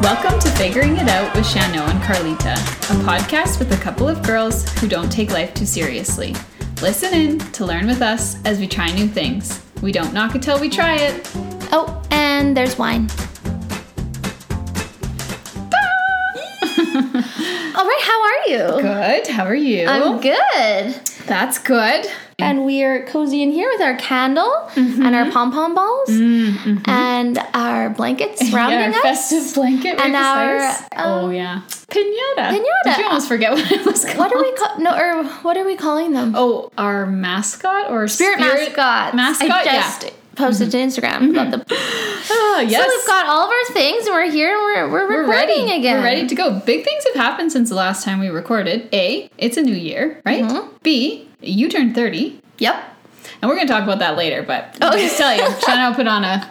Welcome to Figuring It Out with Shano and Carlita, a podcast with a couple of girls who don't take life too seriously. Listen in to learn with us as we try new things. We don't knock it till we try it. Oh, and there's wine. All right, how are you? Good. How are you? I'm good. That's good. And we are cozy in here with our candle and our pom pom balls and our blankets surrounding yeah, our us. festive blanket And with our, us. oh um, yeah, pinata. pinata. Did you almost forget what it was called? What are we call no or what are we calling them? Oh, our mascot or Spirit mascots. Mascot. I yeah. just posted to Instagram about the Ah, yes. Mm-hmm. So we've got all of our things and we're here and we're we're We're recording ready again. We're ready to go. Big things have happened since the last time we recorded. A, it's a new year, right? Mm-hmm. B, you turned 30. Yep. And we're going to talk about that later, but Oh. I'll just tell you, Chano put on a,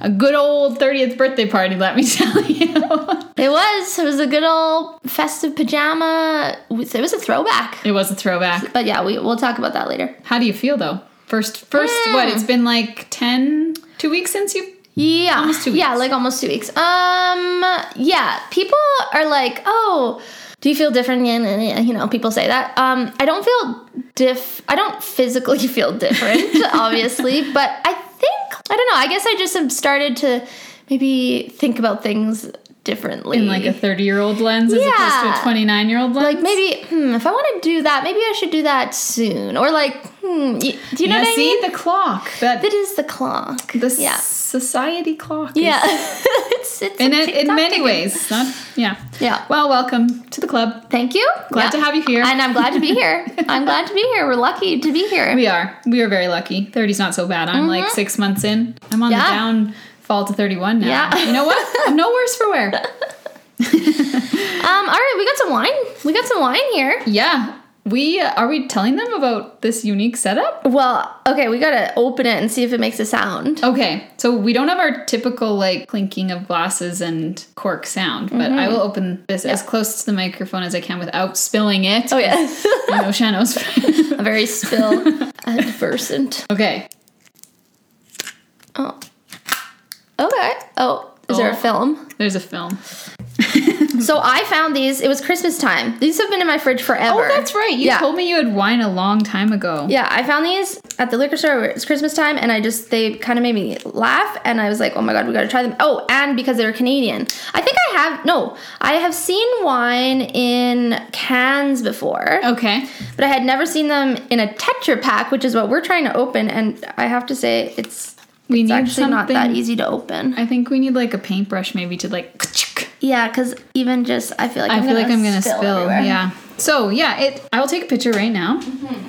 a good old 30th birthday party, let me tell you. It was. It was a good old festive pajama. It was a throwback. it was a throwback. But yeah, we, we'll talk about that later. How do you feel though? First, first, what? It's been like 10, two weeks since you. Yeah. Almost two Yeah, weeks. like almost two weeks. Um, yeah. People are like, oh, do you feel different? Yeah, yeah, yeah, You know, people say that. Um, I don't feel diff. I don't physically feel different, obviously, but I think I don't know. I guess I just have started to maybe think about things differently. In like a 30 year old lens as opposed to a Yeah. 29 year old lens. like maybe hmm, if I want to do that, maybe I should do that soon. Or like, hmm, y- do you know yeah, what I see mean? the clock. That That is the clock. the yeah, society clock. is yeah. it's it's in, a a, in tick-tock many again. ways. Not yeah. Yeah. Well, welcome to the club. Thank you. Glad Yeah. to have you here. And I'm glad to be here. I'm glad to be here. We're lucky to be here. we are. We are very lucky. 30's not so bad. I'm like six months in. I'm on Mm-hmm. Yeah. the down fall to 31 now. Yeah. You know what? I'm no worse for wear. Um, all right, we got some wine. We got some wine here. Yeah. We are we telling them about this unique setup? Well, okay, we gotta open it and see if it makes a sound. Okay. So we don't have our typical like clinking of glasses and cork sound, but I Mm-hmm. will open this as close to the microphone as I can without spilling it. Oh yeah. I know Shannon's. I'm very spill adversant. okay. Oh. Okay. Oh, is there Oh. a film? There's a film. So I found these. It was Christmas time. These have been in my fridge forever. Oh, that's right. You yeah. told me you had wine a long time ago. Yeah, I found these at the liquor store. It's Christmas time, and I just they kind of made me laugh, and I was like, "Oh my god, we gotta try them!" Oh, and because they're Canadian, I think I have no, I have seen wine in cans before, Okay. but I had never seen them in a Tetra pack, which is what we're trying to open. And I have to say, it's We it's need actually not that something- easy to open. I think we need like a paintbrush maybe to like. ka-chick. yeah, because even just I feel like I feel like I'm gonna spill. everywhere. Yeah. So yeah, it. I will take a picture right now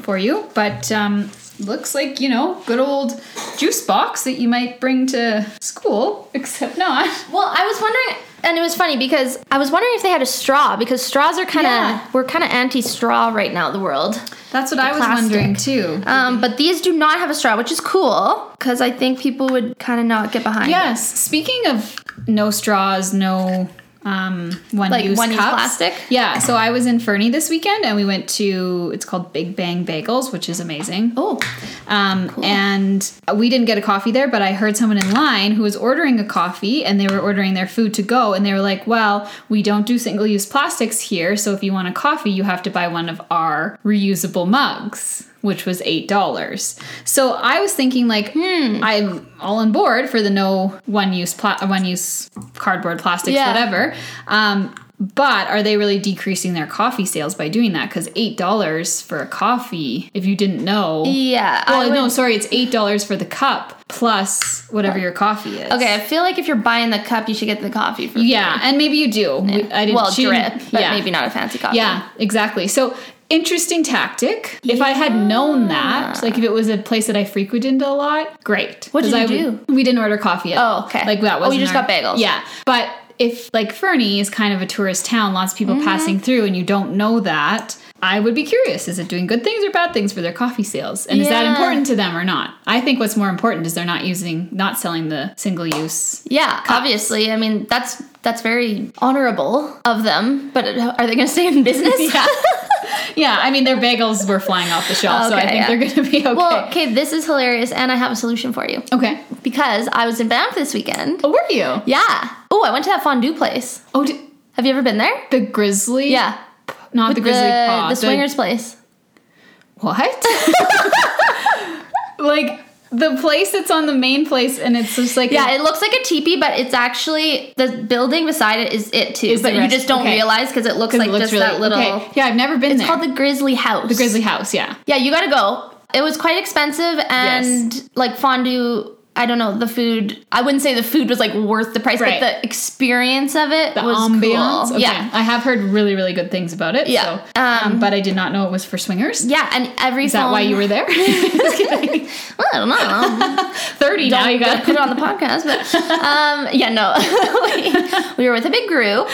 for you. But um, looks like you know, good old juice box that you might bring to school, except not. Well, I was wondering, and it was funny because I was wondering if they had a straw because straws are kind of Yeah. we're kind of anti-straw right now, the world. That's what I was plastic. wondering too. Um, but these do not have a straw, which is cool because I think people would kind of not get behind. it. Yes. Speaking of no straws, no um, one use one-use cups. plastic? Yeah. So I was in Fernie this weekend, and we went to it's called Big Bang Bagels, which is amazing. Oh, Um, And we didn't get a coffee there, but I heard someone in line who was ordering a coffee, and they were ordering their food to go, and they were like, "Well, we don't do single-use plastics here, so if you want a coffee, you have to buy one of our reusable mugs." Which was eight dollars. So I was thinking, like, hmm, I'm all on board for the no one-use pla- one-use cardboard plastics, Yeah. whatever. Um, but are they really decreasing their coffee sales by doing that? Because eight dollars for a coffee, if you didn't know, yeah. I well, would- no, sorry, it's eight dollars for the cup plus whatever your coffee is. Okay, I feel like if you're buying the cup, you should get the coffee for Yeah, and maybe you do. We- I didn't. well she drip, didn't- but yeah. maybe not a fancy coffee. Yeah, exactly. So interesting tactic. If I had known that, like if it was a place that I frequented a lot, great. What did 'Cause you I would- We didn't order coffee. At Oh, all. okay. Like that Oh, was. you just got bagels. Yeah, but if like Fernie is kind of a tourist town, lots of people Mm-hmm. passing through, and you don't know that. I would be curious, is it doing good things or bad things for their coffee sales? And is that Yeah. important to them or not? I think what's more important is they're not using, not selling the single use. Yeah, obviously. I mean, that's that's very honorable of them. But are they going to stay in business? Yeah. yeah, I mean their bagels were flying off the shelf, so I Okay, think yeah. they're going to be okay. Well, okay, this is hilarious, and I have a solution for you okay. because I was in Banff this weekend. Oh, were you? Yeah. Oh, I went to that fondue place. Oh, d Have you ever been there? the grizzly? Yeah. not the grizzly the, paw. the swingers place. What? like the place that's on the main place, and it's just like Yeah, it looks like a teepee, but it's actually the building beside it is it too. Is the but you rest- just don't okay. realize because it looks like looks just really- that little. okay. Yeah, I've never been It's there. called the Grizzly House. the Grizzly House. Yeah. Yeah, you gotta go. It was quite expensive and like fondue. I don't know the food. I wouldn't say the food was like worth the price, Right. but the experience of it The was ambiance. cool. Okay. Yeah, I have heard really, really good things about it. Yeah. So, um, but I did not know it was for swingers. yeah, and every Is that why you were there? Just kidding. Well, I don't know. 30 now you gotta got put it on the podcast. But um, yeah, no, we, we were with a big group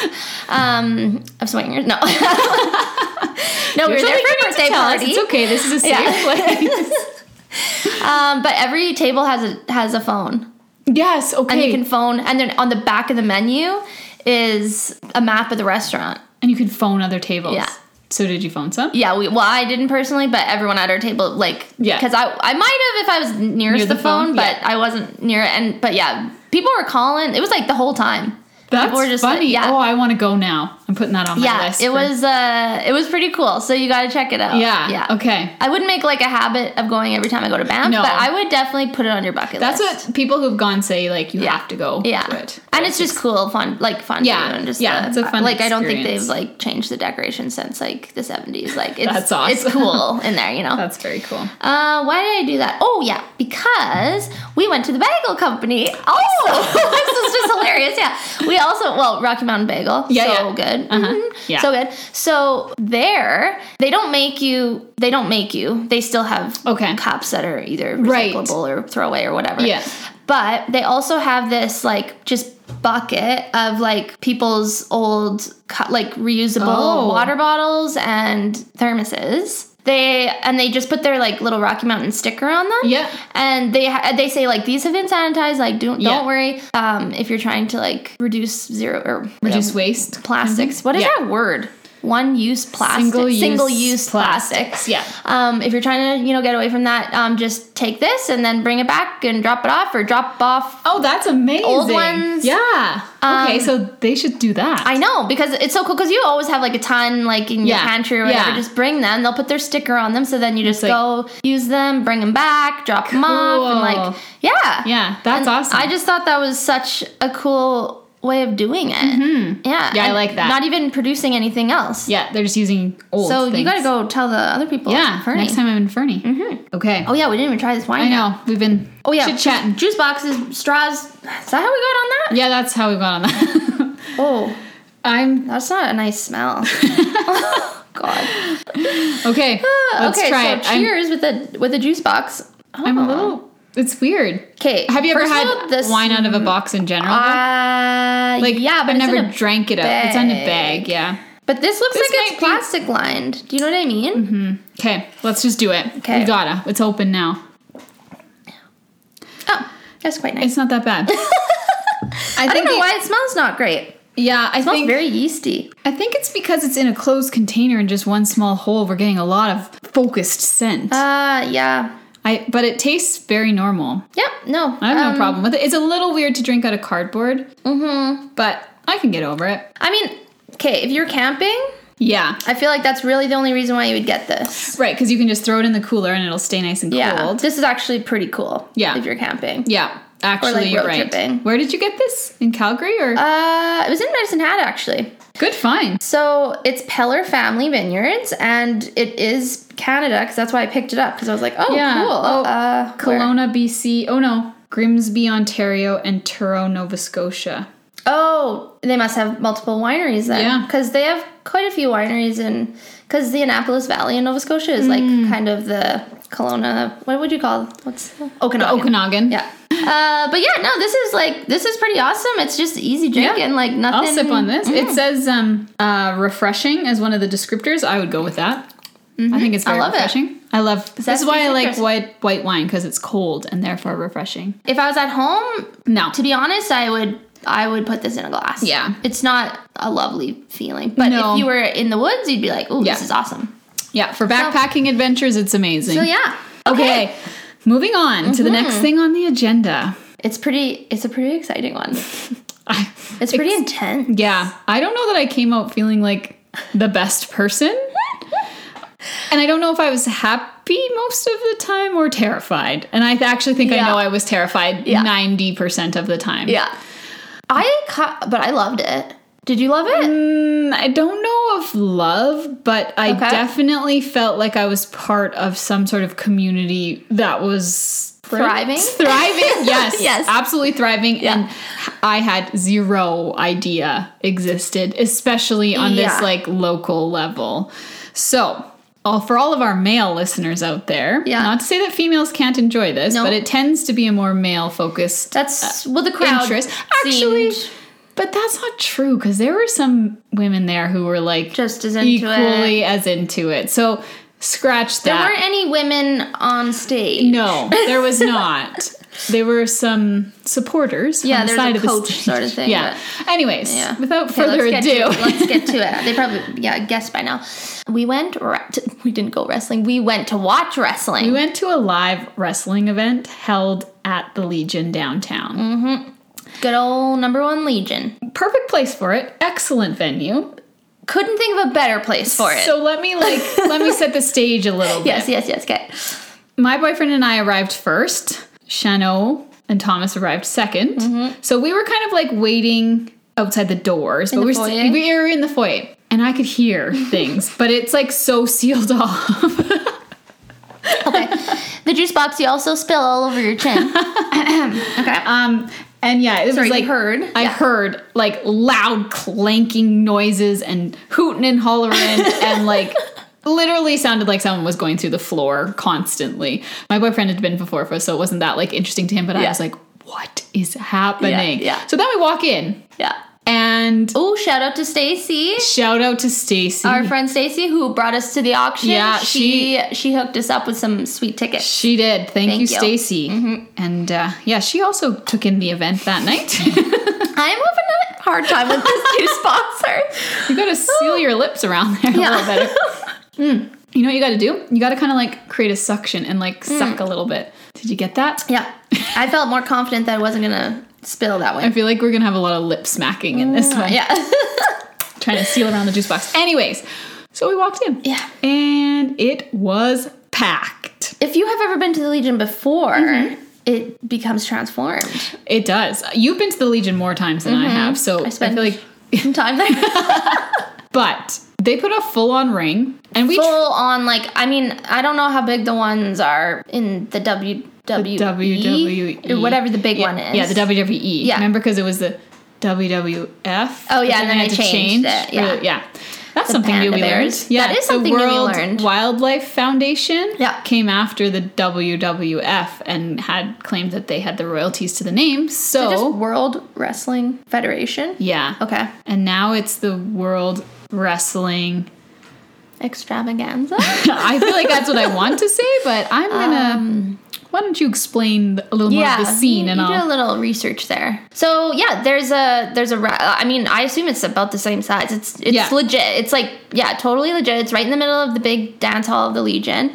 um, of swingers. No, no, we were there for a birthday party. It's okay. This is a safe Yeah. place. Um, but every table has a has a phone, yes. Okay. and you can phone. And then on the back of the menu is a map of the restaurant. phone other tables. Yeah. So did you phone some? Yeah, we, well, I didn't personally, but everyone at our table, like, Yeah. because I, I might have if I was nearest Near the, the phone, phone, but yeah. I wasn't near it. And but yeah, people were calling. It was like the whole time. That's People were just like- funny. yeah. Oh, I want to go now. I'm putting that on my yeah, list. it for- was uh, it was pretty cool. So you got to check it out. Yeah. yeah. Okay. I wouldn't make like a habit of going every time I go to Banff, No. but I would definitely put it on your bucket That's list. what people who've gone say. Like you have to go. Yeah, To it. and it's just cool, fun, like fun. Yeah, food and just yeah, the- it's a fun Like I don't think experience. they've like changed the decoration since like the seventies. Like it's That's awesome. it's cool in there, you know. That's very cool. Uh, why did I do that? Oh yeah, because we went to the bagel company. Also, Oh! this is just hilarious. Yeah, we also well Rocky Mountain Bagel. Yeah, so yeah. good. Uh-huh. Mhm. Yeah. so good. So there, they don't make you. They don't make you. They still have Okay. cups that are either Right. recyclable or throwaway or whatever. Yeah. but they also have this like just bucket of like people's old cu- like reusable Oh. water bottles and thermoses. They and they just put their like little Rocky Mountain sticker on them. Yeah. And they ha- they say like these have been sanitized. Like don't Yeah. don't worry. Um, if you're trying to like reduce zero or Reduce whatever, waste. plastics. What is Mm-hmm. Yeah. that word? One use plastic. Single-use Single-use plastics, yeah. Um, if you're trying to you know get away from that, um, just take this and then bring it back and drop it off or drop off Oh, that's amazing. ones. Yeah. okay, Um, so they should do that. I know because it's so cool because you always have like a ton like in Yeah, your pantry or whatever. yeah. Just bring them. They'll put their sticker on them, so then you just like- go use them, bring them back, drop them off, and Cool. like yeah, yeah, that's And awesome. I just thought that was such a cool way of doing it. Yeah, Mm-hmm. Yeah, I and like that. Not even producing anything else. yeah, they're just using old. So you things. gotta go tell the other people. Yeah, Fernie. next time I'm in Fernie. Mm-hmm. Okay. Oh yeah, we didn't even try this wine. I yet. know we've been Oh yeah, chit chatting. Juice boxes, straws. Is that how we got on that? Yeah, that's how we got on that. Oh, I'm that's not a nice smell. Oh, God. okay. Let's Ah, okay, try it. so I'm- cheers with a with a juice box. Oh. I'm, a little. It's weird. okay. Have you ever first of had all, this wine out of a box in general? though? Uh, like yeah, I've but it's in never a- drank it up. It's on a bag. bag. Yeah. but this looks This like might it's be- Mm-hmm. plastic lined. Do you know what I mean? Okay, let's just do it. 'Kay. We gotta. It's open now. Oh, that's quite nice. It's not that bad. I, don't know it- why it smells not great. Yeah, I It smells think very yeasty. I think it's because it's in a closed container in just one small hole. We're getting a lot of focused scent. Uh, yeah, I but it tastes very normal. yep. No, I have um, no problem with it. It's a little weird to drink out of cardboard. Mm-hmm. But I can get over it. I mean, okay, if you're camping, Yeah. I feel like that's really the only reason why you would get this. Right, because you can just throw it in the cooler and it'll stay nice and Yeah, cold. this is actually pretty cool. Yeah. if you're camping. Yeah. Actually, you're road right. tripping. Where did you get this? In Calgary or Uh, it was in Medicine Hat actually. good find. So it's Peller Family Vineyards, and it is Canada because that's why I picked it up because I was like, oh, Yeah. cool. Oh, uh, where? Kelowna, BC. Oh no, Grimsby, Ontario, and Truro, Nova Scotia. Oh, they must have multiple wineries then. Yeah. because they have quite a few wineries in because the Annapolis Valley in Nova Scotia is Mm. like kind of the Kelowna. What would you call what's the- Okanagan? Okanagan. Yeah. Uh, but yeah, no, this is like this is pretty awesome. It's just easy drinking, like I'll nothing. Mm. sip on this. It says um, uh, refreshing as one of the descriptors. I would go with that. I think it's very Mm-hmm. love it. refreshing. I love this Zesty is why I like citrus. white white wine because it's cold and therefore refreshing. If I was at home, No, to be honest, I would I would put this in a glass. Yeah. It's not a lovely feeling. But No. if you were in the woods, you'd be like, oh, Yeah. this is awesome. Yeah, for backpacking adventures, it's amazing. So yeah. Mm-hmm. Okay. Moving on to the next thing on the agenda. It's pretty it's a pretty exciting one. I, It's pretty intense. yeah, I don't know that I came out feeling like the best person. and I don't know if I was happy most of the time or terrified. And I actually think I Yeah. know I was terrified Yeah. 90% of the time. Yeah. I ca- but I loved it. Did you love it? Mm, I don't know of love, but I Okay. definitely felt like I was part of some sort of community that was Thriving? Thriving, yes. Yes. Absolutely thriving. Yeah. And I had zero idea existed, especially on Yeah. this like local level. So all, for all of our male listeners out there, Yeah. not to say that females can't enjoy this, No. but it tends to be a more male focused That's well the crowd uh, interest. Actually, seemed but that's not true because there were some women there who were like just as into it. equally as into it. So scratch There that. weren't any women on stage. no, there was not. There were some supporters. on Yeah, the there's side a of the coach stage. sort of thing, Yeah. Anyways, Yeah. without Okay, further let's ado, Get to, let's get to it. They probably, yeah, I guess by now. We went, re- to- we didn't go wrestling. We went to watch wrestling. we went to a live wrestling event held at the Legion downtown. Good old number one Legion. Perfect place for it. Excellent venue. Couldn't think of a better place for it. So let me like let me set the stage a little bit. yes, yes, yes. Okay. my boyfriend and I arrived first. Shano and Thomas arrived 2nd Mm-hmm. So we were kind of like waiting outside the doors, but the we we're foyer? st- we were in the foyer, and I could hear things, but it's like so sealed off. The juice box you also spill all over your chin. okay. Um, and yeah, it Sorry, was you like heard? I Yeah. heard like loud clanking noises and hooting and hollering and like literally sounded like someone was going through the floor constantly. My boyfriend had been before for so it wasn't that like interesting to him, but I Yeah. was like, what is happening? yeah. So then we walk in yeah. and Oh, shout out to Stacy. shout out to Stacy. Our friend Stacy, who brought us to the auction, Yeah, she she, hooked us up with some sweet tickets. She did. Thank, Thank you, you. Mm-hmm. Stacy. And uh, yeah, she also took in the event that night. I'm having a hard time with this juice boxer. You gotta seal your lips around there a Yeah. little better. Mm. You know what you gotta do? You gotta kind of like create a suction and like suck a little bit. Did you get that? Hmm. Yeah, I felt more confident that I wasn't gonna spill that I way. feel like we're gonna have a lot of lip smacking in this one. Mm, Yeah, Trying to seal around the juice box. Anyways, so we walked in. Yeah. And it was packed. if you have ever been to the Legion before, it becomes transformed. It does. You've been to the Legion more times than I Mm-hmm. have, so I, spent- feel like. Some time there, But they put a full on ring, and we full on like I mean I don't know how big the ones are in the WWE, WWE or E whatever the big E. Yeah, one is. Yeah, the WWE. Yeah. Remember because it was the WWF. Oh, yeah, but and then they they had to change. changed it, or- yeah. yeah. That's something new Panda we Bears. learned. Yeah, That is something the new we World learned. Wildlife Foundation Yeah. came after the WWF and had claimed that they had the royalties to the name. So, Just World Wrestling Federation. yeah. Okay, And now it's the World Wrestling. extravaganza. I feel like that's what I want to say, but I'm gonna. why don't you explain a little more of the scene Um, you, and you all? did a little research there. So yeah, there's a there's a. ra- I mean, I assume it's about the same size. It's it's Yeah. legit. It's like yeah, totally legit. It's right in the middle of the big dance hall of the Legion,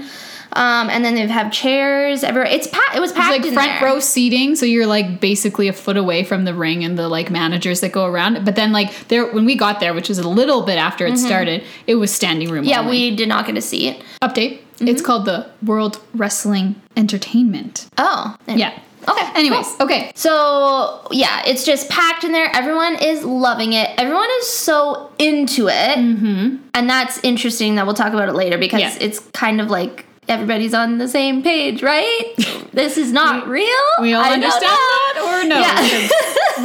um, and then they have chairs everywhere. It's packed. It was packed. It's like in front there. row seating, so you're like basically a foot away from the ring and the like managers that go around. But then like there when we got there, which was a little bit after it started, it was standing room. Mm-hmm. Yeah, only. we Mm-hmm. did not get to see it. update. It's called the World Wrestling Entertainment. Oh there. Yeah. Okay. Anyways, cool. okay. So yeah, it's just packed in there. Everyone is loving it. Everyone is so into it, mm-hmm. and that's interesting. That we'll talk about it later because Yeah. it's kind of like everybody's on the same page, right? this is not real. We all I don't understand know. that or no? Yeah.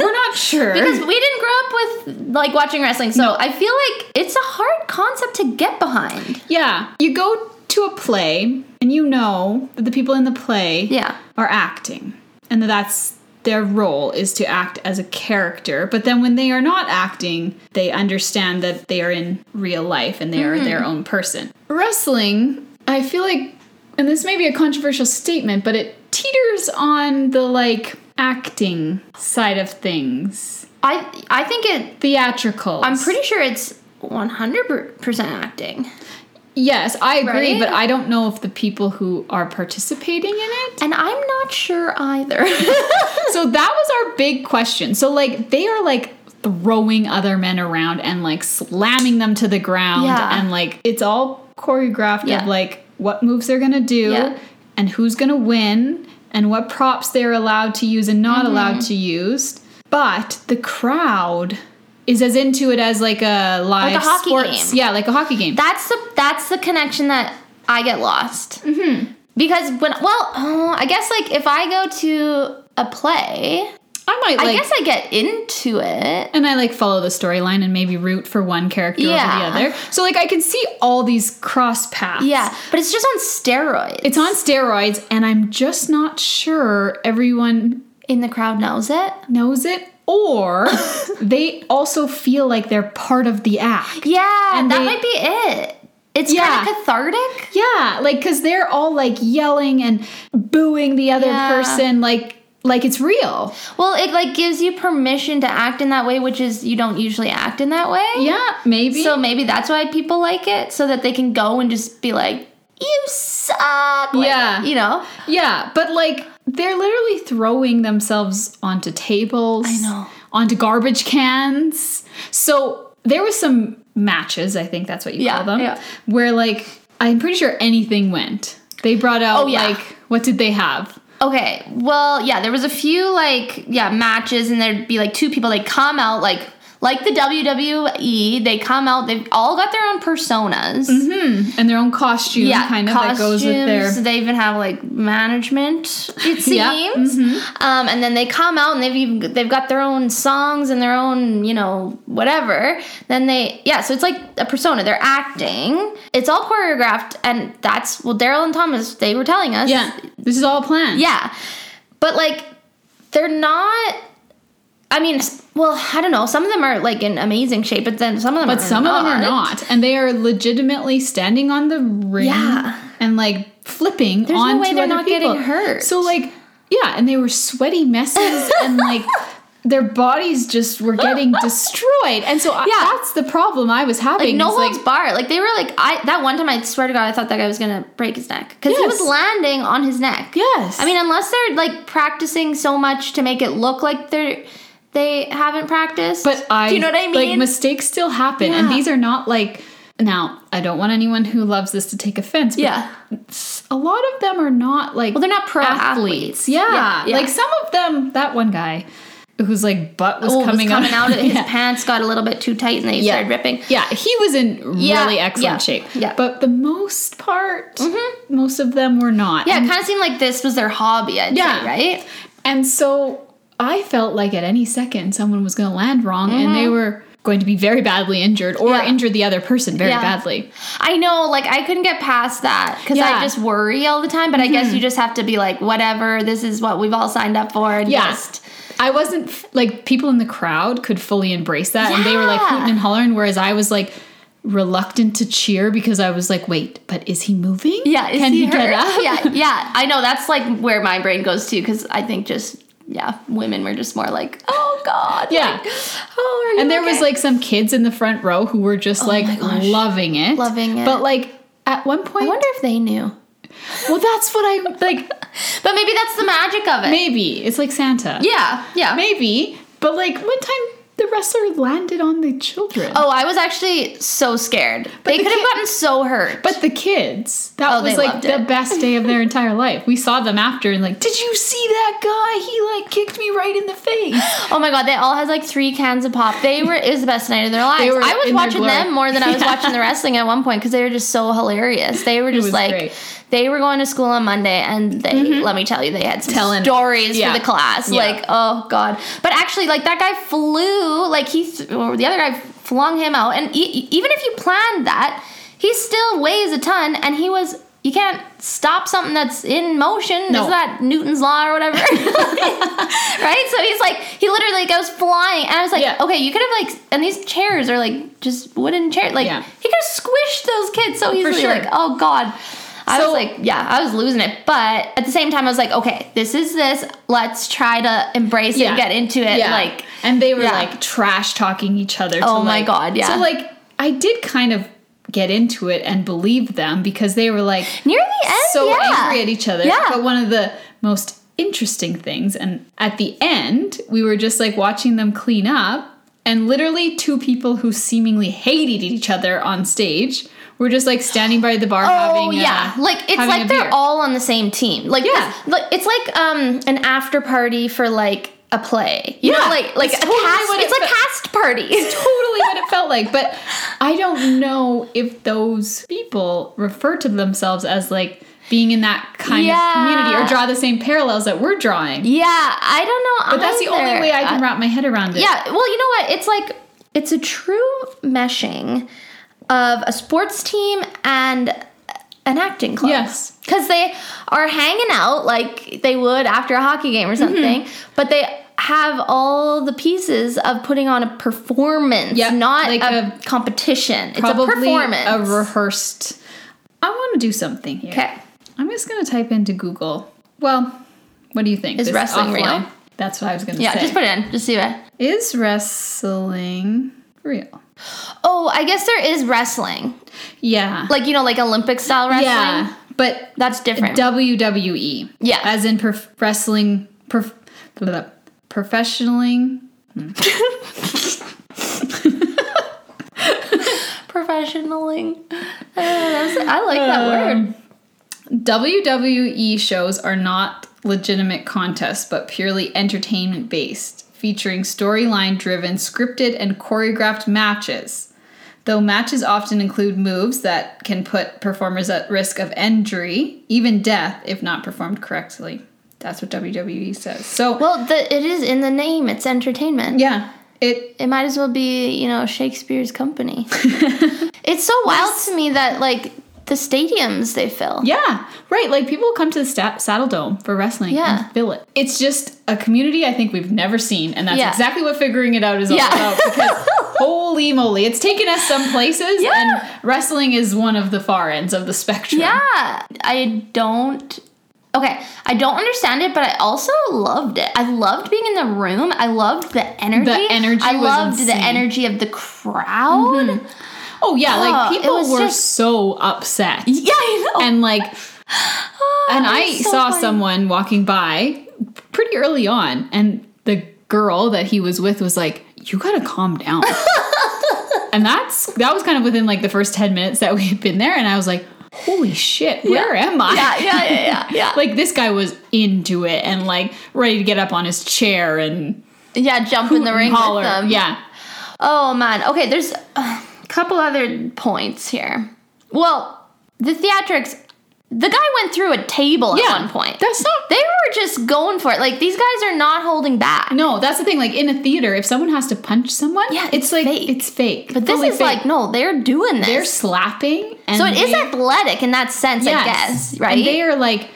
We're not sure. Because we didn't grow up with like watching wrestling, so I feel like it's a hard concept to get behind. yeah. You go to a play and you know that the people in the play Yeah. are acting and that that's their role is to act as a character but then when they are not acting they understand that they are in real life and they are Mm-hmm. their own person wrestling i feel like and this may be a controversial statement but it teeters on the like acting side of things I I think it. theatrical I'm pretty sure it's 100% acting. Yes, I agree, Right? but I don't know if the people who are participating in it. And I'm not sure either. so that was our big question. So like they are like throwing other men around and like slamming them to the ground Yeah. and like it's all choreographed Yeah. of like what moves they're going to do Yeah. and who's going to win and what props they're allowed to use and Mm-hmm. not allowed to use. But the crowd is as into it as like a live hockey sports game. yeah like a hockey game that's the that's the connection that I get lost. Mm-hmm. Because when well, oh, I guess like if I go to a play, i might like I guess I get into it. and I like follow the storyline and maybe root for one character Yeah. over the other. So like I can see all these cross paths. Yeah, but it's just on steroids. It's on steroids and I'm just not sure everyone in the crowd knows it. knows it or they also feel like they're part of the act. Yeah, And that they- might be it. It's Yeah. kind of cathartic. Yeah, like cuz they're all like yelling and booing the other Yeah. person like like it's real. Well, it like gives you permission to act in that way, which is you don't usually act in that way. Yeah, maybe. So maybe that's why people like it, so that they can go and just be like, "You suck." like, Yeah. you know. Yeah, but like they're literally throwing themselves onto tables. I know. Onto garbage cans. So there was some matches, I think that's what you Yeah, call them. yeah. Where like I'm pretty sure anything went. They brought out Oh, yeah. like what did they have? Okay. Well, yeah, there was a few like yeah matches, and there'd be like two people. They come out like like the WWE. They come out. They've all got their own personas. And their own costume Mm-hmm. kind of that goes with their They even have like management, it seems. Yeah, Mm-hmm. um, and then they come out and they've even they've got their own songs and their own you know whatever. Then they yeah, so it's like a persona. They're acting. It's all choreographed, and that's well, Daryl and Thomas they were telling us. Yeah. This is all planned. yeah, but like they're not. I mean, s- well, I don't know. Some of them are like in amazing shape, but then some of them. But are some not. of them are not. And they are legitimately standing on the ring Yeah. and like flipping no onto way they're other not people. getting hurt. So like yeah, and they were sweaty messes and like their bodies just were getting destroyed. And so I, Yeah. that's the problem I was having. Like, no is, holds like, barred. Like they were like I that one time I swear to God I thought that guy was gonna break his neck because he was Yes. landing on his neck. Yes. I mean unless they're like practicing so much to make it look like they're they haven't practiced. But I do you know what I Like mean? mistakes still happen, and Yeah. these are not like. Now I don't want anyone who loves this to take offense. But yeah. a lot of them are not like. Well, they're not pro athletes. athletes. Yeah. Like some of them, that one guy whose like butt was Well, Oh, it was coming, coming out, out. of his yeah. pants got a little bit too tight and they Yeah. started ripping. Yeah, he was in Yeah, really excellent yeah, shape. yeah. Mm-hmm. But the most part, most of them were not. Yeah, it And, kind of seemed like this was their hobby. I'd Yeah. say, right? and so I felt like at any second someone was going to land wrong and they were going to be very badly injured or Mm-hmm. Yeah. injure the other person very Yeah. badly. I know, like I couldn't get past that because Yeah. Mm-hmm. I just worry all the time. But I guess you just have to be like, whatever. This is what we've all signed up for. And Yeah. just I wasn't f- like people in the crowd could fully embrace that and they were like Yeah. hooting and hollering, whereas I was like reluctant to cheer because I was like, wait, but is he moving? yeah. Is can he, hurt? get up? Yeah, yeah. I know that's like where my brain goes to because I think just yeah, women were just more like, oh god, Yeah. like, oh, are you And there was okay?" like some kids in the front row who were just like Oh my gosh. loving it. Loving it. But like at one I point, wonder if they knew. well, that's what I like. But maybe that's the magic of it. Maybe it's like Santa. Yeah, yeah. Maybe. But like one time, the wrestler landed on the children. Oh, I was actually so scared. they the could have kid- gotten so hurt. But the kids, that Oh, was they like loved the it. best day of their entire life. We saw them after and like, did you see that guy? He like kicked me right in the face. Oh my god, they all had like three cans of pop. They were it was the best night of their lives. They were I was in their watching glory. them more than I was watching the wrestling at one point because they were just so hilarious. They were just was like great. Mm-hmm. they were going to school on Monday and they let me tell you they had some Telling- stories yeah. for the class. Yeah. Like oh god, but actually like that guy flew like he th- or the other guy flung him out and e- even if you planned that, he still weighs a ton and he was. You can't stop something that's in motion. No. Is that Newton's law or whatever? right? So he's like, he literally goes flying, and I was like, Yeah. okay, you could have like, and these chairs are like just wooden chairs. Like Yeah. he could have squished those kids so easily. sure. Like, oh god. I So- was like, yeah, I was losing it, but at the same time, I was like, okay, this is this. Let's try to embrace it Yeah. and get into it. Like, and they were yeah. like trash talking each other. to, Oh my like- God, yeah. So like, I did kind of get into it and believe them because they were like Near the end, so yeah. angry at each other. Yeah. But one of the most interesting things, and at the end, we were just like watching them clean up, and literally two people who seemingly hated each other on stage were just like standing by the bar Oh having a- yeah, like it's having a like they're beer. all on the same team. Like Yeah. this- like it's like um an after party for like a play. You Yeah, know, like like it's a totally cast. what It's it a fe- cast party. totally what it felt like. But I don't know if those people refer to themselves as like being in that kind Yeah. of community or draw the same parallels that we're drawing. yeah, I don't know. But that's the only way I can wrap my head around it. Yeah, well, you know what? It's like it's a true meshing of a sports team and an acting club. Yes. Cuz they are hanging out like they would after a hockey game or something, but they have all the pieces of putting on a performance, Yep, not like a, competition. It's a Probably performance. a rehearsed. I want to do something here. okay. I'm just going to type into Google. Well, what do you think? Is This wrestling real? That's what I was going to Yeah, say. just put it in. Just see it. Is wrestling real? Oh, I guess there is wrestling. Yeah. Like, you know, like Olympic style wrestling. yeah. But That's different. WWE. Yeah. As in prof- wrestling, prof- blah, professionaling. Professionaling. Uh, that was- I like that Um, word. WWE E shows are not legitimate contests, but purely entertainment based, featuring storyline driven, scripted, and choreographed matches. Though matches often include moves that can put performers at risk of injury, even death, if not performed correctly. That's what WWE says. So, Well, the, it is in the name. It's entertainment. yeah, it It might as well be, you know, Shakespeare's company. it's so wild to me that like the stadiums they fill. Yeah, right. Like people come to the sta- Saddle Dome for wrestling Yeah. and fill it. It's just a community I think we've never seen, and that's Yeah. exactly what figuring it out is all Yeah. about. Because holy moly, it's taken us some places, Yeah. and wrestling is one of the far ends of the spectrum. Yeah. I don't Okay, I don't understand it, but I also loved it. I loved being in the room. I loved the energy. energy I was loved the insane. energy of the crowd. Oh yeah, Oh, like it people was were just- so upset, Yeah, I know. and like, Oh, and it was I so saw funny. someone walking by pretty early on, and the girl that he was with was like, "You gotta calm down." and that's that was kind of within like the first 10 minutes that we had been there and i was like holy shit where am i Yeah, yeah, yeah, yeah, yeah. like this guy was into it and like ready to get up on his chair and yeah, jump in the ring holler with them. yeah Oh man. Okay, there's a couple other points here. Well, the theatrics. The guy went through a table Yeah, at one point. that's not- They were just going for it. Like these guys are not holding back. no that's the thing like in a theater if someone has to punch someone Yeah, it's, it's like fake. it's fake But this Fully is fake. like no, they're doing this. they're slapping and so it is they- athletic in that sense, I Yes. guess. Right? and they are like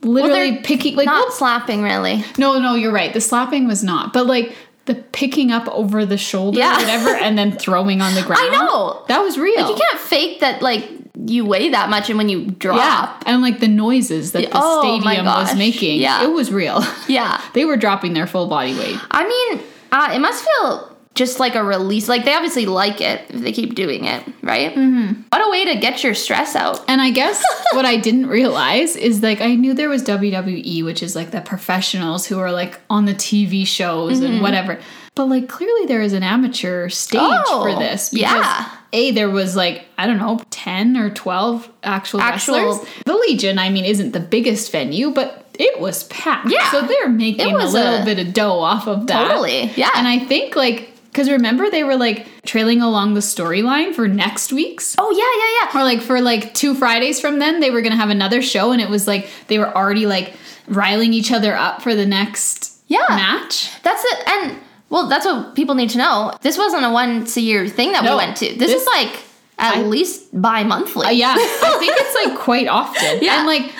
literally they're picking like not we'll slapping really. No, no, you're right. The slapping was not, but like the picking up over the shoulder, Yeah. or whatever, and then throwing on the ground. know. that was real. You can't fake that like you weigh that much and when you yeah, drop. and like the noises that the Oh, my stadium was gosh. making, Yeah. it was real. Yeah. they were dropping their full body weight. I mean, uh, it must feel just like a release. Like they obviously like it if they keep doing it, right? Mm-hmm. What a way to get your stress out. And I guess what I didn't realize is like I knew there was WWE, which is like the professionals who are like on the TV shows Mm-hmm. and whatever. But like clearly there is an amateur stage Oh, for this. yeah. A, there was like, I don't know, 10 or 12 actual, Actual- wrestlers. The Legion, I mean, isn't the biggest venue, but it was packed. Yeah. So they're making It a was little a- bit of dough off of that. Totally, yeah. And I think like, because remember they were like trailing along the storyline for next week's Oh yeah, yeah, yeah. or like for like two Fridays from then, they were gonna have another show, and it was like they were already like riling each other up for the next Yeah. match. That's it. And well, that's what people need to know. This wasn't a once a year thing that No, we went to. This, this- is like at I- least bi monthly. Uh, yeah, I think it's like quite often. Yeah. and like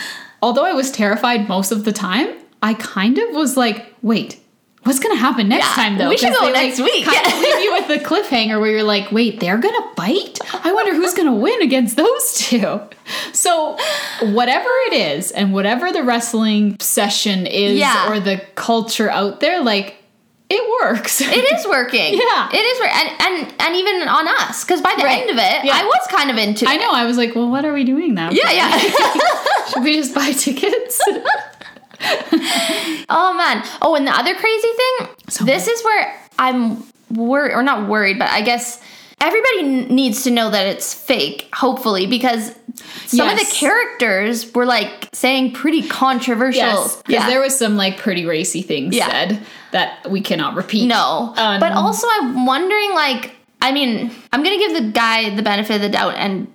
although I was terrified most of the time, I kind of was like, wait. What's gonna happen next Yeah, time though? we should 'Cause go they, next week. Kind of leave you with the cliffhanger where you're like, wait, they're gonna bite? I wonder who's gonna win against those two. So whatever it is, and whatever the wrestling session is Yeah. or the culture out there, like it works. It is working. Yeah. it is, wor- and and and even on us, because by the Right. end of it, Yeah. I was kind of into. I it. know. I was like, well, what are we doing now? Yeah, yeah. Should we just buy tickets? oh man. Oh, and the other crazy thing. this is where I'm worried, or not worried, but I guess everybody n- needs to know that it's fake. Hopefully, because some of the Yes. characters were like saying pretty controversial. yes. Because Yeah. there was some like pretty racy things Yeah. said that we cannot repeat. No. Um, but also, I'm wondering, like, I mean, I'm going to give the guy the benefit of the doubt and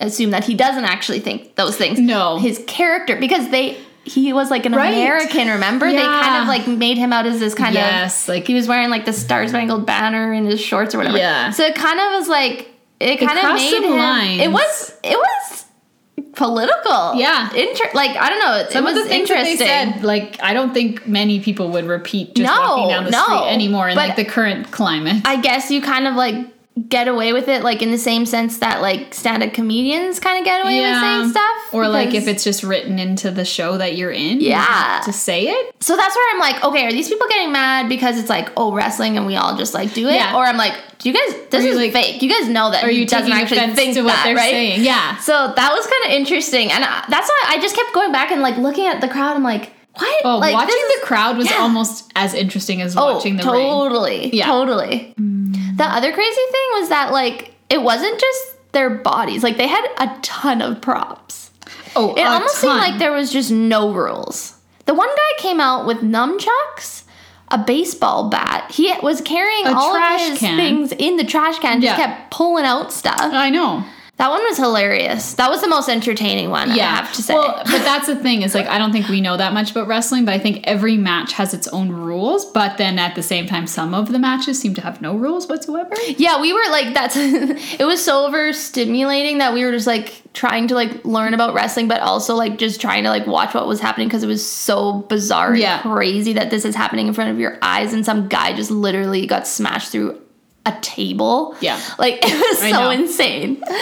assume that he doesn't actually think those things. No. His character, because they. He was like an Right. American, remember? They Yeah. kind of like made him out as this kind Yes, of like- he was wearing like the Star Spangled Banner in his shorts or whatever. Yeah. So it kind of was like it kind of crossed made some him. lines. It was it was political. Yeah. Inter- like I don't know. It, Some it was of the things that interesting. they said, like I don't think many people would repeat just No, walking down the no, street anymore in but- like the current climate. I guess you kind of like get away with it, like in the same sense that like stand-up comedians kind of get away with saying stuff, Or like because- if it's just written into the show that you're in, you Yeah. have to say it. so that's where I'm like, okay, are these people getting mad because it's like oh wrestling and we all just like do it, Yeah. or I'm like, do you guys this Are you, is like- fake? You guys know that Or he you doesn't taking actually offense think to what that, they're right? saying? Yeah. So that was kind of interesting, and I, that's why I just kept going back and like looking at the crowd. I'm like, what? Oh, like, watching the crowd was yeah. Oh, almost as interesting as watching the ring. totally, Yeah. totally. The other crazy thing was that like it wasn't just their bodies; like they had a ton of props. Oh, It a almost ton. seemed like there was just no rules. The one guy came out with nunchucks, a baseball bat. He was carrying A all trash of his can. things in the trash can. Just Yeah. kept pulling out stuff. I know. That one was hilarious. That was the most entertaining one. I have to say. Well, but that's the thing is like I don't think we know that much about wrestling, but I think every match has its own rules. But then at the same time, some of the matches seem to have no rules whatsoever. Yeah, we were like that's it was so overstimulating that we were just like trying to like learn about wrestling but also like just trying to like watch what was happening because it was so bizarre and Yeah. crazy that this is happening in front of your eyes and some guy just literally got smashed through a table. Yeah. Like it was I so know. insane.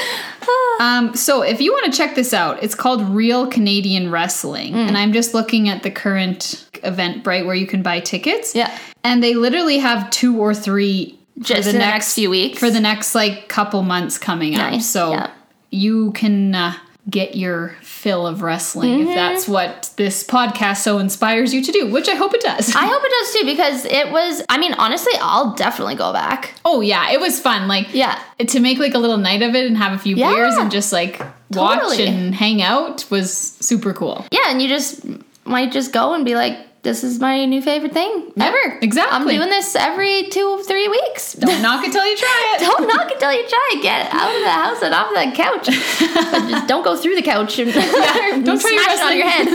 Um, so if you want to check this out, it's called Real Canadian Wrestling, Mm. and I'm just looking at the current Eventbrite where you can buy tickets. Yeah. and they literally have two or three Just for the in the next next few weeks. for the next like couple months coming up. Nice, So yeah. you can. Uh, Get your fill of wrestling Mm-hmm. if that's what this podcast so inspires you to do, which I hope it does. I hope it does too because it was I mean honestly I'll definitely go back. Oh yeah, it was fun. Like Yeah. to make like a little night of it and have a few Yeah. beers and just like watch Totally. and hang out was super cool. Yeah, and you just might just go and be like this is my new favorite thing ever. exactly. I'm doing this every two, three weeks. Don't knock it till you try it. Don't knock until you try. Get out of the house and off that couch. But just don't go through the couch and don't try your smash it on wrestling. your head.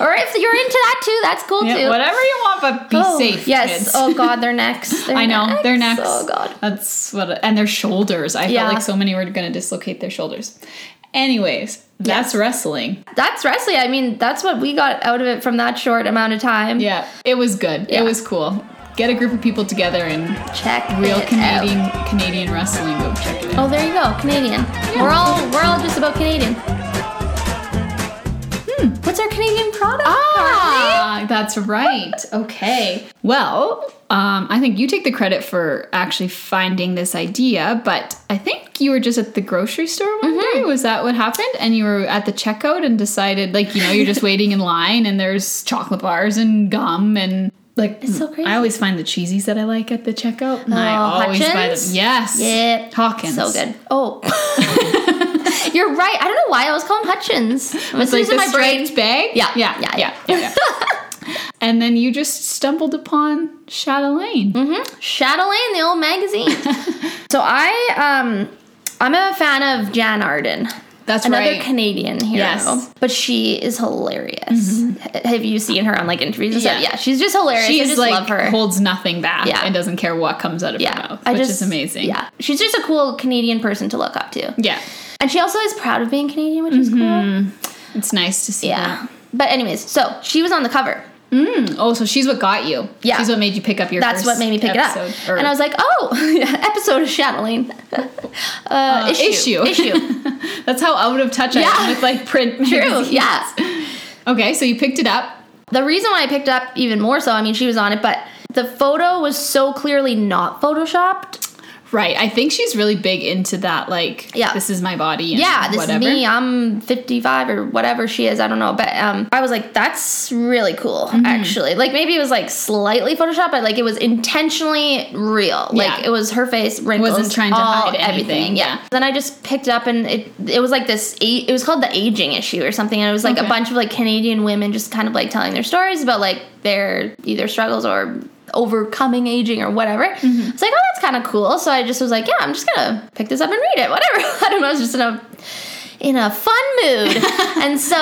or if you're into that too, that's cool Yeah, too. whatever you want, but be Oh, safe. Yes. kids. Oh God, they're next. They're I know next. their necks. Oh God. that's what. And their shoulders. I Yeah. felt like so many were going to dislocate their shoulders. Anyways, that's wrestling. That's wrestling. I mean, that's what we got out of it from that short amount of time. Yeah, it was good. Yeah. It was cool. Get a group of people together and Check real it Canadian out. Canadian wrestling. Go check it out. Oh, there you go, Canadian. We're all we're all just about Canadian. Hmm. What's our Canadian product? Carly? Ah, that's right. Okay. Well, um, I think you take the credit for actually finding this idea, but I think you were just at the grocery store one Mm-hmm. day. Was that what happened? And you were at the checkout and decided, like, you know, you're just waiting in line and there's chocolate bars and gum and. Like It's so crazy. I always find the cheesies that I like at the checkout, and I Oh, always buy them. Hutchins? Yes, Yeah. Hawkins, So good. Oh. You're right. I don't know why I was calling Hutchins. It's It's like like the my brain. striped bag. Yeah. yeah, Yeah, yeah, yeah. yeah. yeah. and then you just stumbled upon Chatelaine. Chatelaine, the old magazine. so I um I'm a fan of Jan Arden. That's Another right. Canadian hero. Yes. Mm-hmm. But she is hilarious. H- Have you seen her on like interviews and stuff? Yeah. Yeah, she's just hilarious. I She's just like love her. holds nothing back Yeah. and doesn't care what comes out of her yeah. mouth, which is amazing. Yeah. She's just a cool Canadian person to look up to. yeah. Mm-hmm. And she also is proud of being Canadian, which is cool. It's nice to see. Yeah. But anyways, so she was on the cover. that. Oh, so she's what got you. Yeah. she's what made you pick up your. That's first what made me pick episode, it up. or- and I was like, oh, yeah, episode of Chatelaine. uh, issue. issue. Issue. that's how out of touch I Yeah. am with like print. True. magazines. yeah. Okay, so you picked it up. The reason why I picked it up even more so, I mean, she was on it, but the photo was so clearly not photoshopped. Right. I think she's really big into that, like, Yeah. this is my body. And Yeah, this whatever. is me. I'm 55 or whatever she is. I don't know, but um, I was like, that's really cool, Mm-hmm. actually. Like maybe it was like slightly photoshopped, but like it was intentionally real. Like Yeah. it was her face, wrinkles, Wasn't trying to all- hide anything, yeah. Then I just picked it up and it it was like this. A- it was called the aging issue or something, and it was like Okay. a bunch of like Canadian women just kind of like telling their stories about like their either struggles or overcoming aging or whatever. Mm-hmm. It's like, oh, that's kind of cool. So I just was like, yeah, I'm just gonna pick this up and read it. Whatever. I don't know. I was just in a in a fun mood, and so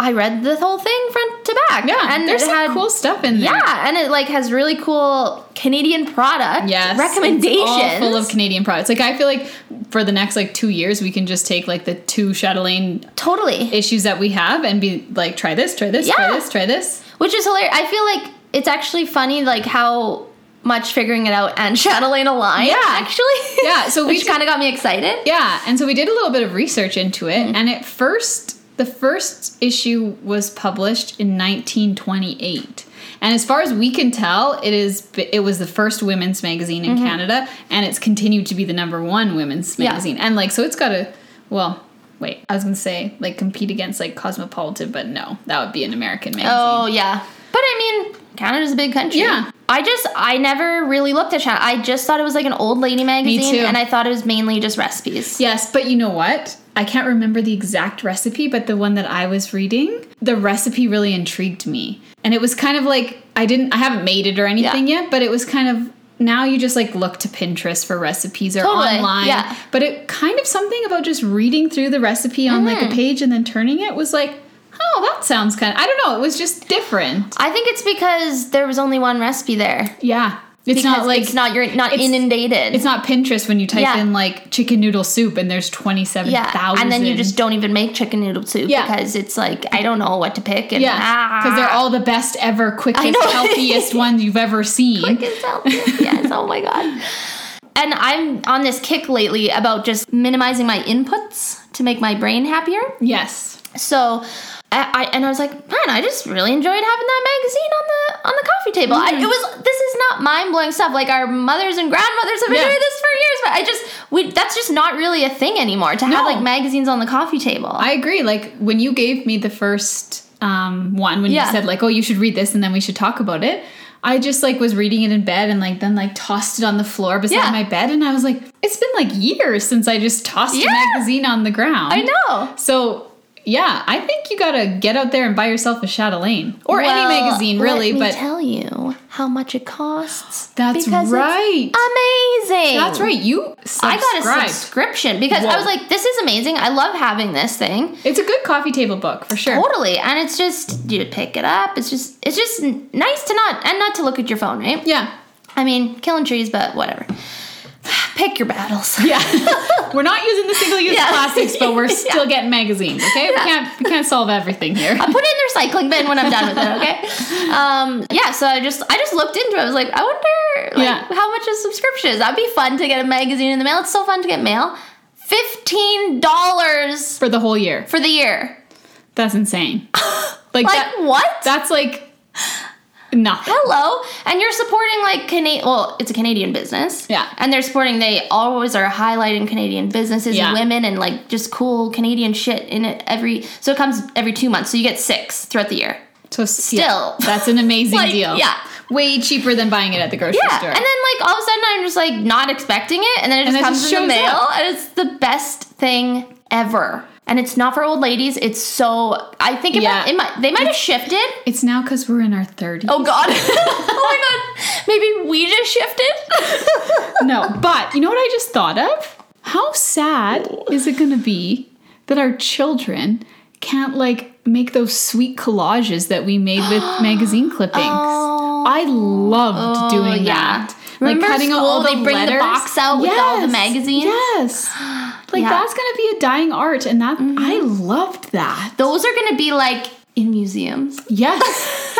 I read the whole thing front to back. Yeah. and And there's it some had- cool stuff in there. Yeah, and it like has really cool Canadian product Yes. it's recommendations. all full of Canadian products. Like, I feel like for the next, like, two years, we can just take, like, the two Chatelaine totally. issues that we have and be like, try this, try this, try Yeah. this, try this. Which is hilarious. I feel like it's actually funny, like how much figuring it out and Chatelaine align. Yeah. actually. Yeah, so we which should- kind of got me excited. Yeah, and so we did a little bit of research into it, and at first, the first issue was published in 1928. And as far as we can tell, it is it was the first women's magazine in Canada, and it's continued to be the number one women's Yeah. magazine. And like, so it's got a well, wait, I was gonna say like compete against like Cosmopolitan, but no, that would be an American magazine. Oh yeah, but I mean, Canada's a big country. Yeah. I just I never really looked at Chat. I just thought it was like an old lady magazine, too. and I thought it was mainly just recipes. Yes, but you know what? I can't remember the exact recipe, but the one that I was reading, the recipe really intrigued me. And it was kind of like I didn't I haven't made it or anything yet, but it was kind of now you just like look to Pinterest for recipes or Totally, online. yeah. But it kind of something about just reading through the recipe on Mm. like a page and then turning it was like, "Oh, that sounds kind of I don't know, it was just different." I think it's because there was only one recipe there. Yeah. It's Because not like it's not you're not inundated. it's not Pinterest when you type Yeah. in like chicken noodle soup and there's 27,000. yeah, and then you just don't even make chicken noodle soup Yeah. because it's like I don't know what to pick. And Yeah, because they're ah. all the best ever, I quickest, know. healthiest ones you've ever seen. Quick as hell. yes. Oh my god. And I'm on this kick lately about just minimizing my inputs to make my brain happier. Yes. So, I, I and I was like, man, I just really enjoyed having that magazine on the on the coffee table. Mm-hmm. I, it was this is not mind blowing stuff. Like our mothers and grandmothers have been Yeah. doing this for years, but I just we that's just not really a thing anymore to have No. like magazines on the coffee table. I agree. Like when you gave me the first um, one, when Yeah. you said like, "Oh, you should read this," and then we should talk about it. I just like was reading it in bed and like then like tossed it on the floor beside Yeah. my bed, and I was like, "It's been like years since I just tossed Yeah. a magazine on the ground." I know. So yeah, I think you gotta get out there and buy yourself a Chatelaine or Well, any magazine, really. Let me But tell you how much it costs. That's because it's right. amazing. that's right. You I got a subscribed. subscription because I Whoa. was like, this is amazing. I love having this thing. It's a good coffee table book for sure. Totally. And it's just you pick it up. It's just it's just n- nice to not and not to look at your phone, right? Yeah. I mean, killing trees, but whatever. Pick your battles. Yeah. we're not using the single use Yeah. plastics, but we're still getting magazines, okay? We can't we can't solve everything here. Put it in the recycling bin when I'm done with it, okay? Um, yeah, so I just I just looked into it. I was like, I wonder like, Yeah. how much a subscription is. That'd be fun to get a magazine in the mail. It's so fun to get mail. Fifteen dollars For the whole year. for the year. That's insane. Like, Like that what? that's like nothing. Hello, and you're supporting like Canadian. Well, it's a Canadian business. Yeah. and they're supporting. They always are highlighting Canadian businesses Yeah. and women and like just cool Canadian shit in it every. So it comes every two months. So you get six throughout the year. So Still. that's an amazing Like, deal. yeah. Way cheaper than buying it at the grocery Yeah, store. and then like all of a sudden I'm just like not expecting it, and then it just it comes just in the shows mail, up. and it's the best thing ever. And it's not for old ladies. It's so I think it, Yeah. might, it might they might have shifted. it's now because we're in our 30s. Oh god. oh my god. Maybe we just shifted. No, but you know what I just thought of? How sad is it going to be that our children can't like make those sweet collages that we made with magazine clippings? I loved doing Oh. yeah. that. Remember out school, they bring the box out with all the magazines? Yes. Like Yeah. Mm-hmm. that's going to be a dying art and that I loved that. Those are gonna be like in museums. Yes.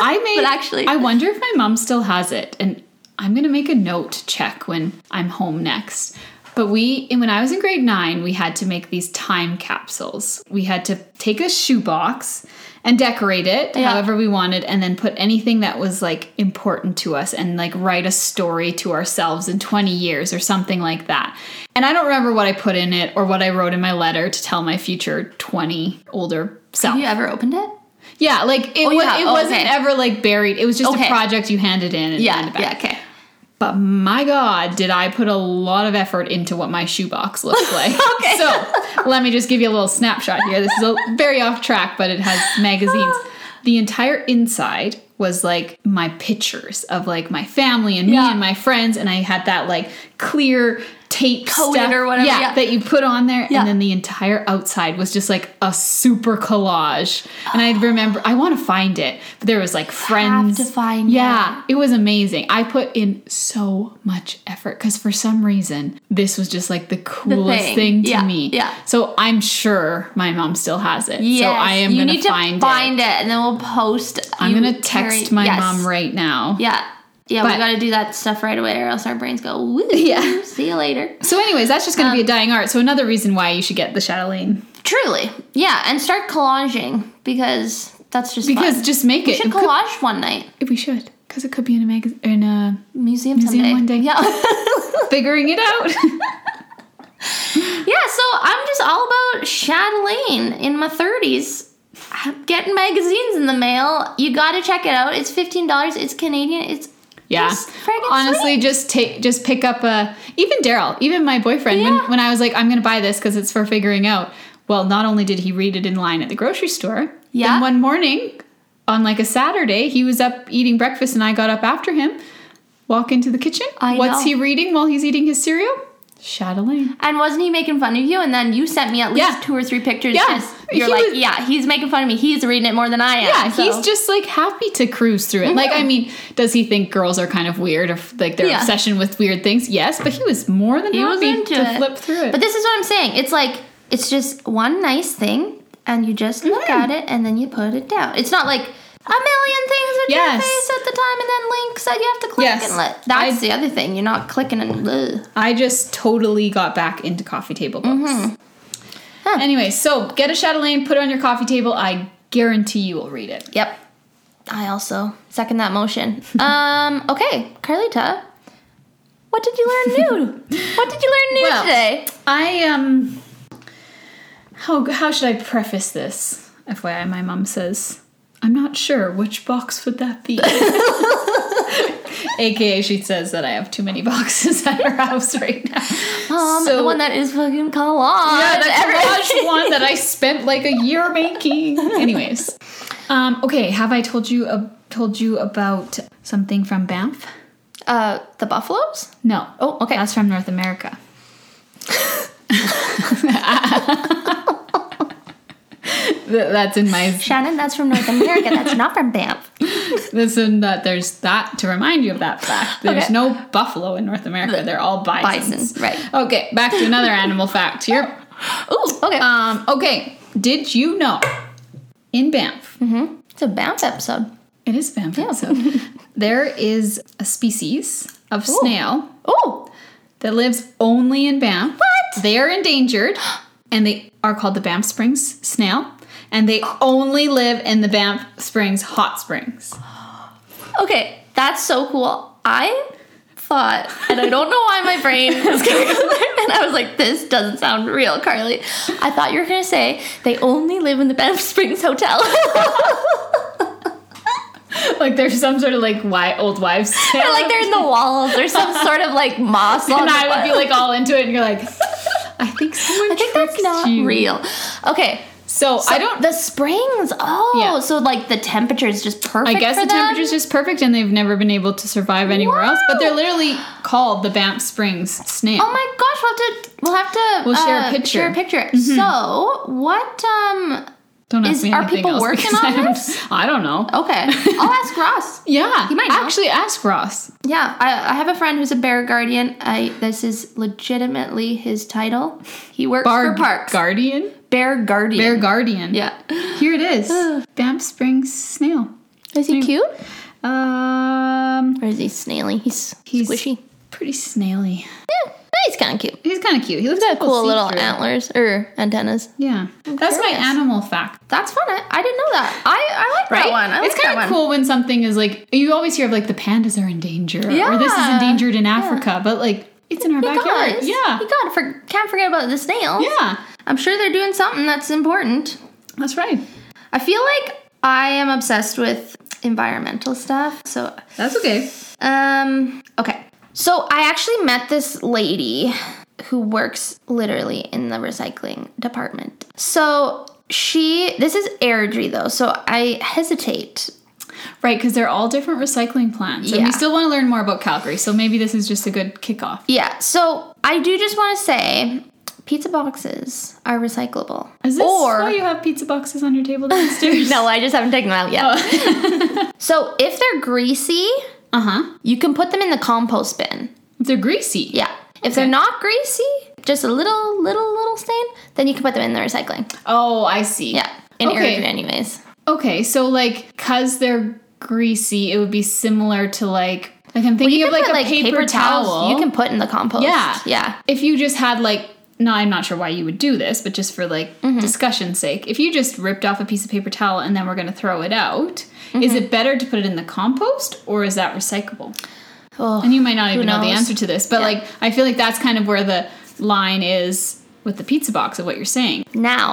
I made But actually- I wonder if my mom still has it and I'm going to make a note check when I'm home next. But we and when I was in grade 9, we had to make these time capsules. We had to take a shoebox and decorate it Yeah. however we wanted and then put anything that was like important to us and like write a story to ourselves in 20 years or something like that. And I don't remember what I put in it or what I wrote in my letter to tell my future 20 older self. Have you ever opened it? Yeah, like it, Oh, was, yeah. it Oh, wasn't okay. ever like buried. It was just Okay. a project you handed in and handed back. Yeah. Okay. But my God, did I put a lot of effort into what my shoebox looks like. okay. So let me just give you a little snapshot here. This is a very off track, but it has magazines. The entire inside was like my pictures of like my family and me Yeah. and my friends. And I had that like clear tape Coated stuff, or whatever, Yeah, yeah. that you put on there. Yeah. And then the entire outside was just like a super collage. And I remember, I want to find it, but there was like friends. to find yeah, it was amazing. I put in so much effort because for some reason this was just like the coolest thing. thing. to Yeah, me. yeah. So I'm sure my mom still has it. So I am you gonna need to find, find it. it. and then we'll post. I'm you gonna text carry- my Yes. mom right now. Yeah. Yeah, we But- gotta do that stuff right away, or else our brains go. Woo, Yeah. See you later. So, anyways, that's just gonna Um, be a dying art. So another reason why you should get the chatelaine Truly. Yeah, and start collaging because that's just because fun. just make we it. should It could- collage one night we should because it could be in a magazine in a museum, Museum someday. one day. Yeah. figuring it out. Yeah, so I'm just all about chatelaine in my 30s. I'm getting magazines in the mail. You gotta check it out. It's $15. It's Canadian. It's Yeah. Just friggin' Honestly, just take just pick up a even Daryl, even my boyfriend Yeah. when when I was like I'm going to buy this cuz it's for figuring out. Well, not only did he read it in line at the grocery store, Yeah. then one morning on like a Saturday, he was up eating breakfast and I got up after him. Walk into the kitchen. I What's know. he reading while he's eating his cereal? Chatelaine. And wasn't he making fun of you? And then you sent me at least Yeah. two or three pictures. Yeah. just- you're He like, was- yeah, he's making fun of me. He's reading it more than I am. Yeah, so- he's just like happy to cruise through it. Like, I mean, does he think girls are kind of weird or f- like their Yeah. obsession with weird things? Yes, but he was more than he was happy into to it. flip through it. But this is what I'm saying. It's like it's just one nice thing, and you just look at it, and then you put it down. It's not like a million things in your Yes. face at the time, and then links that you have to click Yes. and let. That's I- the other thing. You're not clicking and. Ugh. I just totally got back into coffee table books. Mm-hmm. Anyway, so get a chatelaine, put it on your coffee table. I guarantee you will read it. Yep. I also second that motion. um. Okay, Carlita. What did you learn new? what did you learn new Well, today? I um, how how should I preface this? FYI, my mom says I'm not sure which box would that be. AKA, she says that I have too many boxes at her house right now. Um, the so- one that is fucking collage. Yeah, the Every- collage one that I spent like a year making. Anyways, um, okay. Have I told you uh, told you about something from Banff? Uh, the buffaloes. No. Oh, okay. That's from North America. Th- That's in my. Shannon, that's from North America. That's not from Banff. That's in that. There's that to remind you of that fact. There's Okay. no buffalo in North America. They're all bisons. Bison, right. Okay. Back to another animal fact here. Ooh, okay. Um. Okay. Did you know in Banff it's a Banff episode. It is vampire. So there is a species of snail Ooh, that lives only in Banff. What? They are endangered, and they are called the Banff Springs snail, and they only live in the Banff Springs hot springs. okay. That's so cool. I thought, and I don't know why my brain was going there, and I was like, this doesn't sound real, Carly. I thought you were going to say they only live in the Banff Springs Hotel. Like there's some sort of like why old wives They're tale. like they're in the walls or some sort of like moss on and the I would wall. be like all into it, and you're like, I think someone I think that's tricked not you. real. Okay. So, I don't. The springs. Oh, Yeah. so like the temperature is just perfect. I guess for the them? temperature's just perfect, and they've never been able to survive anywhere else. But they're literally called the Banff Springs snail. Oh my gosh, we'll have to we'll have to We'll share a uh, picture. Share a picture. So what um Don't ask Is- me are anything people else working because on I don't- this? Oh, I don't know. okay. I'll ask Ross. Yeah, He might know. actually ask Ross. Yeah, I, I have a friend who's a bear guardian. I this is legitimately his title. He works Bar for parks. guardian, bear guardian. bear guardian. yeah. here it is. Banff Springs snail. Is he cute? Um, Mm. Or is he snaily? He's, he's squishy. pretty snaily. Yeah, he's kind kind of cute. He's kind of cute. He looks He's like got cool little see-through. antlers or antennas. Yeah, that's my curious. animal fact. That's fun. I, I didn't know that. I, I like Right? that one. I it's like kind that of one. cool when something is like you always hear of like the pandas are in danger or this is Yeah. endangered in Africa, but like it's in our You backyard. guys, Yeah, you gotta for, can't forget about the snails. yeah, I'm sure they're doing something that's important. that's right. I feel like I am obsessed with environmental stuff. So, That's okay. um, okay. So I actually met this lady who works literally in the recycling department. So she, this is Airdrie though, so I hesitate. Right, because they're all different recycling plans, and Yeah. we still want to learn more about Calgary. So maybe this is just a good kickoff. Yeah, so I do just want to say pizza boxes are recyclable. Is this or why you have pizza boxes on your table downstairs? No, I just haven't taken them out yet. Oh. so if they're greasy, Uh huh. you can put them in the compost bin. They're greasy. Yeah. If they're not greasy, just a little, little, little stain, then you can put them in the recycling. Oh, I see. Yeah. In Okay. Airdrie anyways. Okay, so like, cause they're greasy, it would be similar to like, like I'm thinking You of can like a put, paper, towel. towels You can put in the compost. Yeah. Yeah. if you just had like, no, I'm not sure why you would do this, but just for like Mm-hmm. discussion's sake, if you just ripped off a piece of paper towel and then we're gonna throw it out, Mm-hmm. is it better to put it in the compost or is that recyclable? Oh, And you might not even know the knows? answer to this, but like, I feel like that's kind of where the line is with the pizza box of what you're saying. now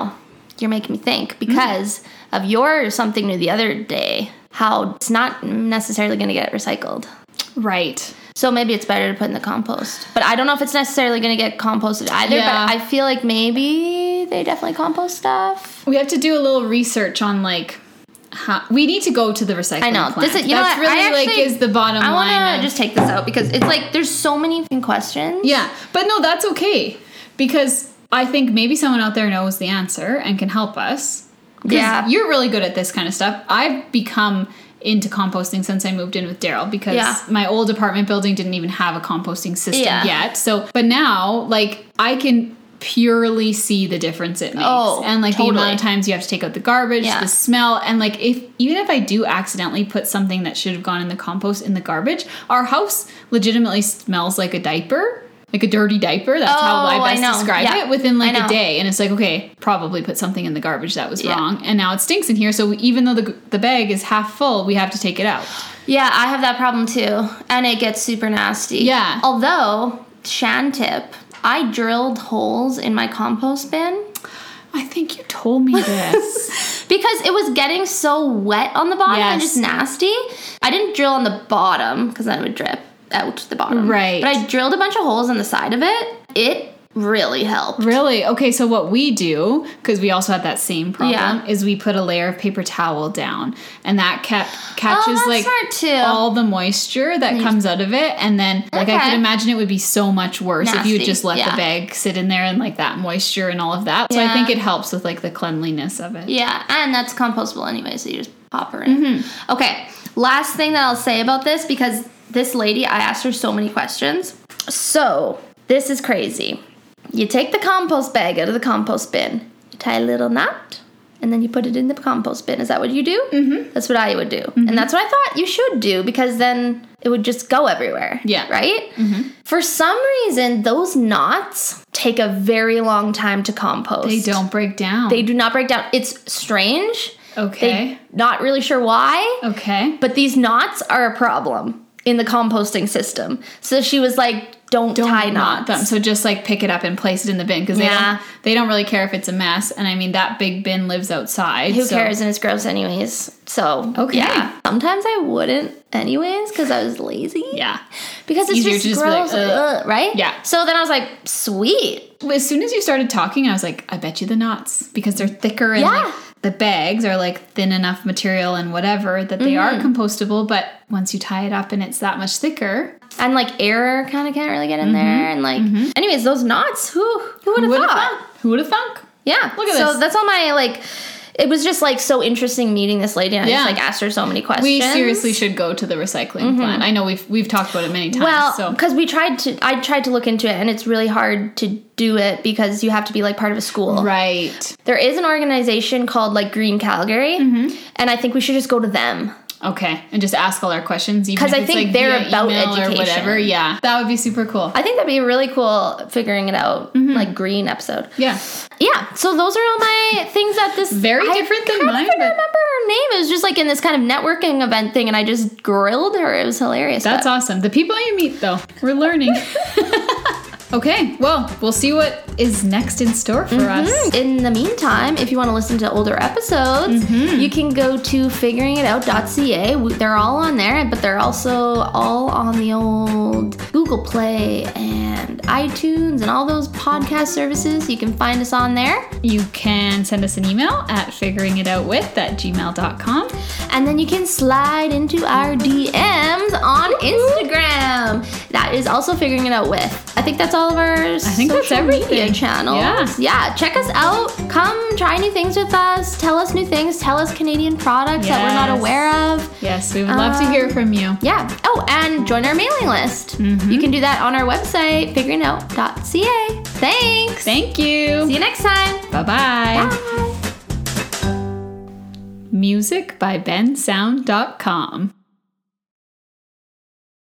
you're making me Mm-hmm. think because of your something new the other day, how it's not necessarily going to get recycled. Right. So maybe it's better to put in the compost. But I don't know if it's necessarily going to get composted either. Yeah. But I feel like maybe they definitely compost stuff. We have to do a little research on like how we need to go to the recycling. I know. plant. This is- you know That's what? I really like actually- is the bottom I line. want Of, to just take this out because it's like there's so many f***ing questions. yeah, but no, that's okay because I think maybe someone out there knows the answer and can help us. 'Cause Yeah. you're really good at this kind of stuff. I've become into composting since I moved in with Daryl because Yeah. my old apartment building didn't even have a composting system Yeah. yet. So, but now like I can purely see the difference it makes Oh, and like the amount totally. of times you have to take out the garbage Yeah. the smell and like if even if i do accidentally put something that should have gone in the compost in the garbage our house legitimately smells like a diaper like a dirty diaper that's how i Oh, I best know. describe Yeah. it within like I a know. day and it's like okay probably put something in the garbage that was Yeah. wrong and now it stinks in here so even though the, the bag is half full we have to take it out Yeah, I have that problem too. And it gets super nasty. Yeah. Although, Shan tip, I drilled holes in my compost bin i think you told me this because it was getting so wet on the bottom and Yes. just nasty. I didn't drill on the bottom because then it would drip out the bottom. Right. But I drilled a bunch of holes on the side of it. It really helped. Really? Okay, so what we do, because we also had that same problem, Yeah. is we put a layer of paper towel down and that kept Oh, catches that's like smart too. all the moisture that comes out of it and then like I Okay. could imagine it would be so much worse if you had Nasty, just let the yeah. bag sit in there and like that moisture and all of that. So I Yeah. think it helps with like the cleanliness of it. Yeah, Mm-hmm. and that's compostable anyway, so you just pop her in. Okay, last thing that I'll say about this because this lady, I asked her so many questions. So, this is crazy. You take the compost bag out of the compost bin, you tie a little knot, and then you put it in the compost bin. Is that what you do? Mm-hmm. That's what I would do. And that's what I thought you should do because then it would just go everywhere. Yeah. Right? For some reason, those knots take a very long time to compost. They don't break down. They do not break down. It's strange. okay. They not really sure why, okay. but these knots are a problem in the composting system. So she was like, "Don't, Don't tie knot knots." them. So just like pick it up and place it in the bin because Yeah. they don't they don't really care if it's a mess. And I mean that big bin lives outside. Who so- cares? And it's gross, anyways. So Okay. yeah. Sometimes I wouldn't, anyways, because I was lazy. Yeah. Because it's Easier just to just be like, gross, "Ugh." ugh, right? Yeah. So then I was like, "Sweet." as soon as you started talking, I was like, I bet you the knots because they're thicker and Yeah. like, the bags are like thin enough material and whatever that they are Mm-hmm. compostable. But once you tie it up and it's that much thicker, And like air kind of can't really get in there, and like, anyways, those knots. Who who would Mm-hmm. who have would have thought? thunk? Who would have thunk? Yeah. Look at so this. that's all my like. It was just like so interesting meeting this lady, and I Yeah. just like asked her so many questions. Mm-hmm. We seriously should go to the recycling plant. I know we've we've talked about it many times. Well, so because we tried to, I tried to look into it, and it's really hard to do it because you have to be like part of a school. right, Mm-hmm. There is an organization called like Green Calgary, and I think we should just go to them. Okay, and just ask all our questions even 'Cause if I it's, think like, they're via about email or education. whatever. Yeah, that would be super cool. I think that'd be really cool figuring it out, Mm-hmm. like green episode. yeah, Yeah, so those are all my things at this Very I different than kinda mine, couldn't but- remember her name. It was just like in this kind of networking event thing, and I just grilled her. It was hilarious. that's awesome. The people you meet, though, we're learning. okay, well, we'll see what is next in store for us. In the meantime, if you want to listen to older episodes, you can go to figuringitout.ca. We- They're all on there, but they're also all on the old Google Play and iTunes and all those podcast services. You can find us on there. You can send us an email at figuringitoutwith at gmail.com. And then you can slide into our DMs on Instagram. That is also figuring it out with. I think that's all of our I think that's everything. media channels. Yeah. yeah, check us out. Come try new things with us. Tell us new things. Tell us Canadian products that we're Yes. not aware of. Yes, we would love to hear from you. Yeah. Oh, and join our mailing list. Mm-hmm. You can do that on our website, figuringout.ca. Thanks. Thank you. See you next time. Bye bye. Bye. Music by bensound.com.